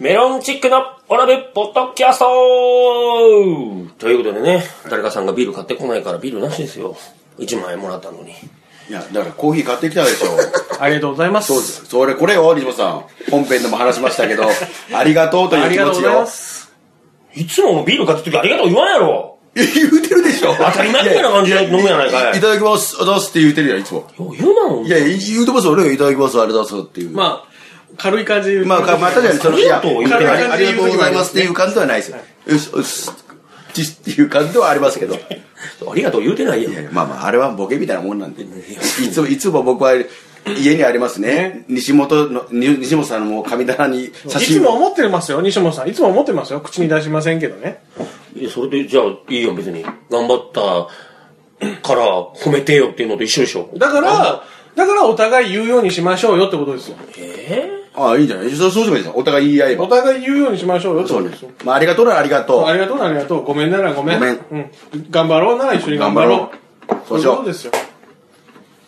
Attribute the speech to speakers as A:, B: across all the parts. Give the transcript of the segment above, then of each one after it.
A: メロンチックのオラブポッドキャストということでね、誰かさんがビール買ってこないからビールなしですよ。1万円もらったのに。
B: いや、だからコーヒー買ってきたでしょ。
C: ありがとうございます。
B: そうです。それ、これよ、西本さん。本編でも話しましたけど、ありがとうとい
C: あ
B: う
C: り
B: 気
C: がと
B: 持
C: うご
B: ち
C: ざい
B: を
C: ま。す。
A: いつもビール買った時ありがとう言わんやろ
B: いや言うてるでしょ。
A: 当たり前みたいな感じで飲むやないかい。
B: いただきます、ありがとうございますって言うてるやん、いつも。
A: よう言うなの
B: いや、言うてます、俺がいただきます、ありがとうございますっていう。
C: まあ、軽い感じで言うと
B: まあ、かまたじゃあその、いや、
A: ありがとう言うてない
B: ありがとうございますっていう感じではないですよ。よし、よし、ちっていう感じではありますけど。い
A: ありがとう言うてないやん。
B: やいやまあまあ、あれはボケみたいなもんなんで。いつも、いつも僕は、家にありますね。西本の、に西本さんのもう神棚に写
C: い
B: 真
C: つも思ってますよ、西本さん。いつも思ってますよ。口に出しませんけどね。
A: いやそれで、じゃあいいよ別に。頑張ったから褒めてよっていうのと一緒でしょ。
C: だから、だからお互い言うようにしましょうよってことですよ。
A: え
B: ああ、いいんじゃないそうそうすればいいじゃん。お互い言い合え
C: お
B: ば。
C: 互い言うようにしましょうよって
B: そ
C: こ
B: う
C: と
B: ね
C: ですよ。。
B: まあ、ありがとうならありがと
C: あ
B: う。
C: りがとうなありがとう。ごめんならごめん。
B: ごめん
C: うん。頑張ろうなら一緒に頑張ろう。
B: そうし
C: い
B: よ
C: こと
B: う。
C: ですよ。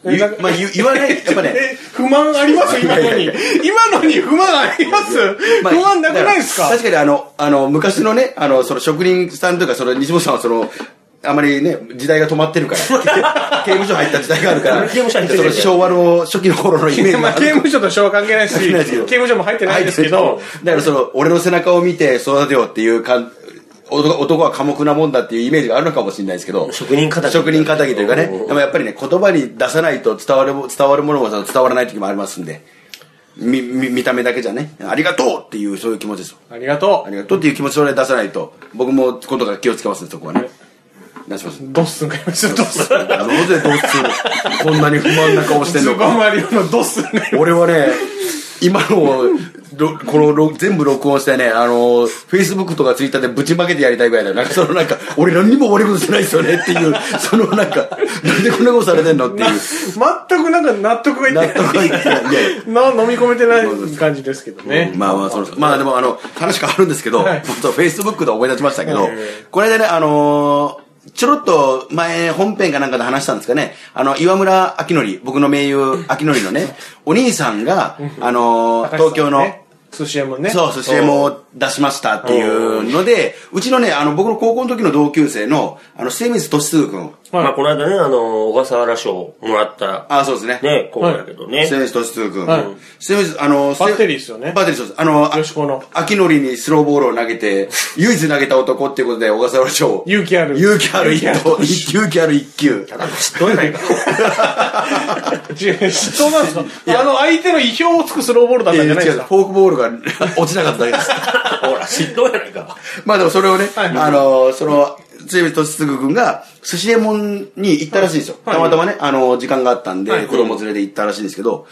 B: ゆ
C: え
B: まあ、ゆ言わない、やっぱね。
C: え、不満あります今のに。今のに不満あります
B: まあ
C: 不満なくないですか
B: だら確かにあの、あの、昔のね、あの、その職人さんというか、その西本さんはその、あまりね、時代が止まってる から、刑務所入った時代があるから、
A: 刑務所入ってる
B: その昭和の初期の頃のイメージ
C: まあ
B: があ
C: 刑
B: る。
C: 務所と昭和関係ないし、
B: 係ないですけ
C: 刑
B: ど
C: 務所も入ってないですけど、
B: だからその、俺の背中を見て育てようっていうかん男男は寡黙なもんだっていうイメージがあるのかもしれないですけど、
A: 職人仇
B: 職人仇というかね、
A: うん
B: でもやっぱりね、言葉に出さないと伝わる伝わるものも伝わらない時もありますんで、みみ見た目だけじゃね、ありがとうっていう、そういう気持ちですよ。
C: ありがと
B: ありがとうっていう気持ちをね出さないと、僕もことが気をつけますね、そこはね。出します。
C: う。ドッスンがいました、ドッスン。
B: なぜどうするこんなに不満な顔してん
C: ス
B: の
C: ーパ
B: か。
C: ーマリオのドッスンがい
B: 俺はね、今のを、ろこのろ全部録音してね、あの、Facebook とか Twitter でぶちまけてやりたいぐらいだよ。なんかそのなんか、俺何にも悪いことしてないですよねっていう、そのなんか、なんでこんなことされてんのっていう。
C: 全くなんか納得がいってな
B: 納得
C: い。
B: がいってないいやいや。
C: な飲み込めてない感じですけどね。
B: まあまあ、そのまあでも、あの、話変わるんですけど、
C: はい
B: 本当フェイスブックで思い出しましたけど、
C: え
B: これでね、あのーちょろっと前、本編かなんかで話したんですかね、あの、岩村明則、僕の名優明則のね、お兄さんが、あのー
C: 高橋さん
B: 東京の、
C: ね寿司屋もね。
B: そう、寿司屋も出しましたっていうので、うちのね、あの、僕の高校の時の同級生の、あの、末水俊嗣君。
C: はい
A: まあこの間ね、あの、小笠原賞もらった、
B: あ、そうですね。
A: ね、こうだけどね。
B: 末水俊嗣君。
C: はい
B: 末水、あの、
C: バッテリーですよね
B: バッテリーそうです。あの、あ
C: 女子校の。
B: 秋のりにスローボールを投げて、唯一投げた男っていうことで、小笠原賞。
C: 勇気ある
B: 勇気ある一投。勇気ある一球。
A: 知っとんやないか。
C: 違うそうなんですかあの、相手の意表をつくスローボールだっ
B: い
C: た
B: や
C: ん
B: い
C: じゃ
B: や
C: な
B: 違う
C: いですか。
B: フォークボールが落ちなかっただけです。
A: ほら、知っとんやないか。
B: まあでもそれをね、
C: はい
B: あの、その、つゆとしつぐくんが、寿司屋門に行ったらしいんですよ。
C: はい
B: たまたまね、あの、時間があったんで、
C: はい
B: 子供連れで行ったらしいんですけど、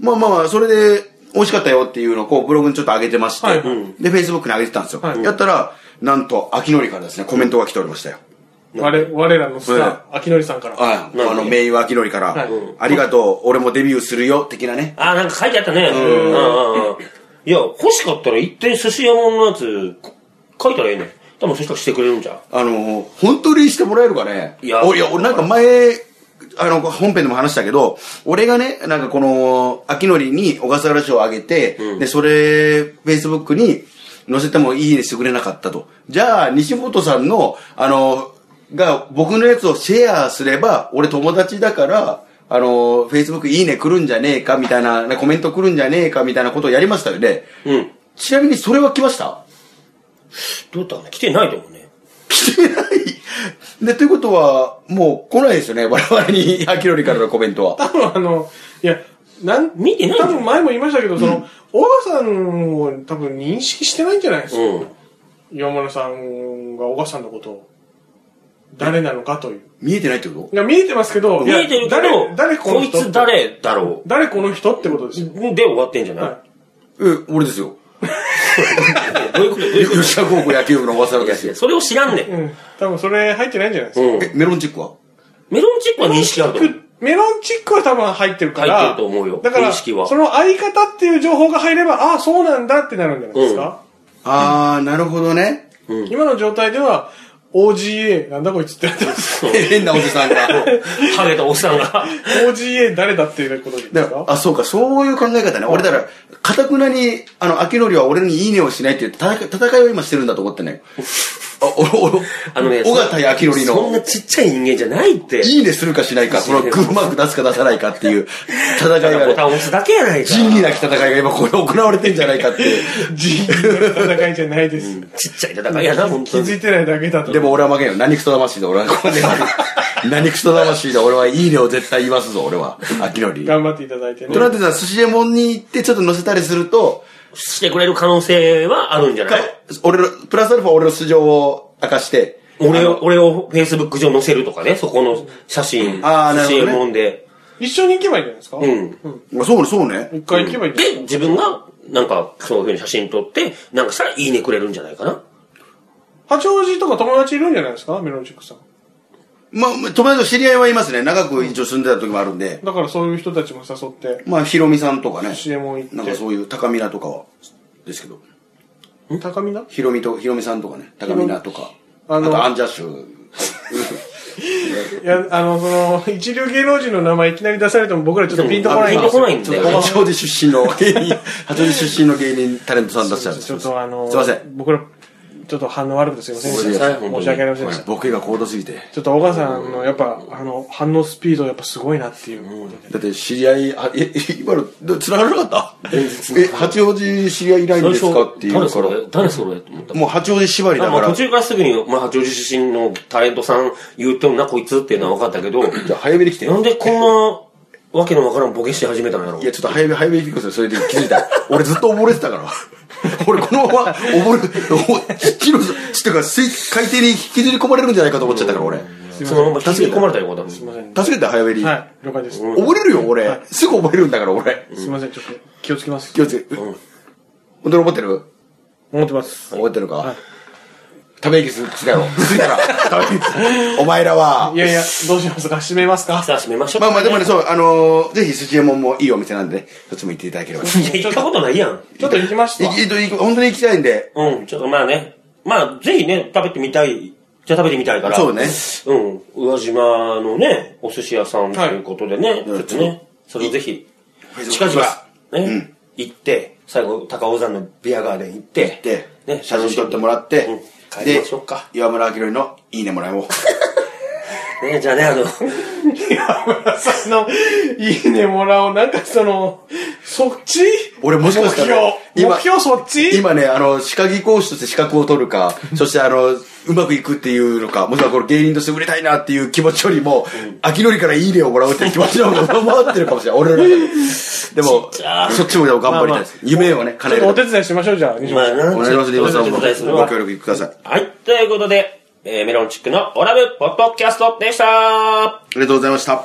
B: まあまあまあ、それで、美味しかったよっていうのをこうブログにちょっと上げてまして、
C: はい
B: で、Facebook に上げてたんですよ。
C: はい
B: やったら、なんと、秋のりからですね、コメントが来ておりましたよ。
C: 我我らのスター、秋典さんから。
B: あ
A: なるほど
B: の、名誉秋のりから、
C: はい
B: ありがとう、俺もデビューするよ、的なね。
A: あー、なんか書いてあったね。うんうんうん。いや、欲しかったら一点寿司屋のやつ、こ書いたらええねん。多分そしたらしてくれるんじゃん。
B: あの、本当にしてもらえるかね。
A: いや
B: おいや、俺なんか前、あの、本編でも話したけど、俺がね、なんかこの、秋のりに小笠原賞をあげて、で、それ、Facebook に載せてもいいねしてくれなかったと。じゃあ、西本さんの、あの、が、僕のやつをシェアすれば、俺友達だから、あの、Facebook いいね来るんじゃねえか、みたいな、コメント来るんじゃねえか、みたいなことをやりましたよね。
A: うん。
B: ちなみにそれは来ました
A: どうだったかな来てないと思うね。
B: 来てない。で、ということは、もう来ないですよね。我々に、アキロリからのコメントは。
C: 多分あの、いや、なん、
A: 見てない
C: 多分前も言いましたけど、その、小川さんを多分認識してないんじゃないですか。
A: うん。
C: 山村さんが小川さんのことを、誰なのかという。
B: 見えてないってこと
C: いや、見えてますけど、
A: 見えてるけ
C: いや
A: ど、
C: 誰、誰この
A: こい
C: 人
A: つ誰だろ
C: 誰この人ってことですよ。
A: う。で終わってんじゃない、
C: は
B: え、俺ですよ。
A: どういうことどういうこ
B: 吉田高校野球部の小笠原です
A: と
B: よ。
A: それを知らんねん。
C: うん。多分それ入ってないんじゃないですか。
A: うん。
B: え、メロンチックは
A: メロンチックは認識あると思う。
C: メロンチックは多分入ってるから。
A: 入ってると思うよ
C: だから、
A: 認識は
C: その相方っていう情報が入れば、ああ、そうなんだってなるんじゃないですか。
B: あー、なるほどね。
C: 今の状態では、 OGA、なんだこいつってなってます。
B: 変なおじさんが。
A: ハゲたおっさんが。
C: OGA 誰だっていうことです
B: だから
C: か
B: あ、そうか、そういう考え方ね。俺、だから、かたくなに、あの、秋のりは俺にいいねをしないっていう戦い戦いを今してるんだと思ってね。あ、お、お、
A: あのね、
B: 小形や秋のり
A: そん
B: の、
A: なちっちゃい人間じゃないって。
B: いいねするかしないか、このグーマーク出すか出さないかっていう戦い
A: ただ
B: が
A: ボタン
B: ね、
A: を押すだけやないか。
B: 仁義なき戦いが今 これ行われてんじゃないかっていう。
C: 人類の戦いじゃないです。
A: ちっちゃい戦いやな、本
C: 気
A: 当
C: づ
A: に。
C: いてないだけだと。
B: でも俺は負けんよ。何クソ魂で 俺はここで。何クソ魂で俺はいいねを絶対言わすぞ、俺は。秋のり。と
C: 頑張っていただいてね。
B: なってさ、寿司エモンに行ってちょっと乗せたりすると、
A: してくれる可能性はあるんじゃない
B: 俺の、プラスアルファ俺の素性を明かして、
A: 俺を、俺を Facebook 上載せるとかね、そこの写真、
B: あーなるほどね
A: CM で。
C: 一緒に行けばいいんじゃないですか
A: うん。
B: まあそうね、そうね。
C: 一回行けばいいんじゃない
A: で、自分が、なんか、そういうふうに写真撮って、なんかしたらいいねくれるんじゃないかな。
C: 八王子とか友達いるんじゃないですかメロンチックさん。
B: まあ、まあ友達と知り合いはいますね。長く一応住んでた時もあるんで。
C: だからそういう人たちも誘って、
B: まあ、ヒロミさんとかね。
C: CM を行
B: なん
C: っ
B: かそういう高見菜とかは、ですけど。
C: て。高見だ
B: ヒロミと、ヒロミさんとかね。高見菜とか。
C: あ
B: あ
C: の
B: とアンジャッシュ。
C: いや、あの、その、一流芸能人の名前いきなり出されても僕らちょっとピンとこない
A: ピンとこないん
C: ちょ
A: だ
C: っ
A: よ
C: と
A: ね
B: 八王子出身の芸 人、八王子出身の芸人タレントさんだっちゃうんです
C: ちょっとあの、
B: すいません。
C: 僕ら、ちょっと反応悪くてすいません。
A: ごめんなさい本当に
C: 申し訳ありません
B: ご
C: で
B: め
C: し
B: ん
C: た。
B: ボケが高度すぎて。
C: ちょっと、小川さんの、やっぱ、あの、反応スピード、やっぱすごいなっていう。
B: だって知り合い、あえ、今の、繋がらなかったえ、八王子知り合いいないんですかっていう
A: 誰
B: か
A: それ
B: ら。
A: 誰それと思った。
B: もう八王子縛りだ
A: ま
B: か
A: あ、
B: ら
A: 途。中からすぐに、まあ、八王子出身のタレントさん言ってもな、こいつっていうのは分かったけど、
B: じゃあ早めに来て。
A: なんでこんなわけのわからんボケして始めたんだろう
B: い。や、ちょっと早め、早めに聞くんですよ。それで気づいた。俺ずっと溺れてたから。 俺このまま溺れ、火の、ってか、水海底に引きずり込まれるんじゃないかと思っちゃったから、俺。
A: そのまま引き込まれたよ、これ多
C: すいま
A: 分。
C: せん。
B: 助けて、早めに。
C: はい、了解です。
B: 溺れるよ、俺。すぐ溺れるんだから、俺。
C: すいません、ちょっと気をつけます。
B: 気をつけ、本当に覚えてる
C: 思ってます。
B: 覚えてるか
C: い。
B: ため息つつだろ。ついたら、ため息つ。お前らはい
C: やいや、どうしますか閉めますか
A: さあ、閉めましょう。
B: まあまあ、でもね、そう、あのー、ぜひ、スジエモンもいいお店なんでね、そっちも行っていただければ。
A: いや、行ったことないやん。
C: ちょっと行きました。
B: いいとい本当に行きたいんで、
A: うん、ちょっとまあね。まあ、ぜひね、食べてみたい。じゃあ食べてみたいから。
B: そうね。
A: うん。宇和島のね、お寿司屋さんということでね、ちょっとね、それをぜひ、近々、ね、行って、最後、高尾山のビアガーデン行って、行っ
B: で、
A: ね、
B: 写真撮って
A: も
B: もらって、
A: うん帰り
B: で
A: ましょうか、
B: 岩村明乃のいいねもらおう。
A: ね、じゃあね、 あの、
C: さんの、いいねもらおう。なんかその、そっち
B: 俺もしかしたら
C: 目標、
B: 今
C: 目標そっち
B: 今ね、あの、歯科技講師として資格を取る か、そしてあの、うまくいくっていうのか、もしくはこの芸人として売れたいなっていう気持ちよりも、秋のりからいいねをもらうっていう気持ちの方が上回ってるかもしれない。俺の中で。でも、そっちもでも頑張りたいです。夢をね、
C: ち
B: 叶
C: ょ
B: え
C: っとお
B: る
C: 手。伝いしましょう、じゃあ。西
A: ま
C: 村
A: あ
C: さ
A: な
C: ん
B: お願いします、リバさんも。
A: お願いする
B: ご
A: わ
B: 協力ください。あ
A: はい、ということで、えーメロンチックのオラブポッドキャストでした
B: りがとうございました。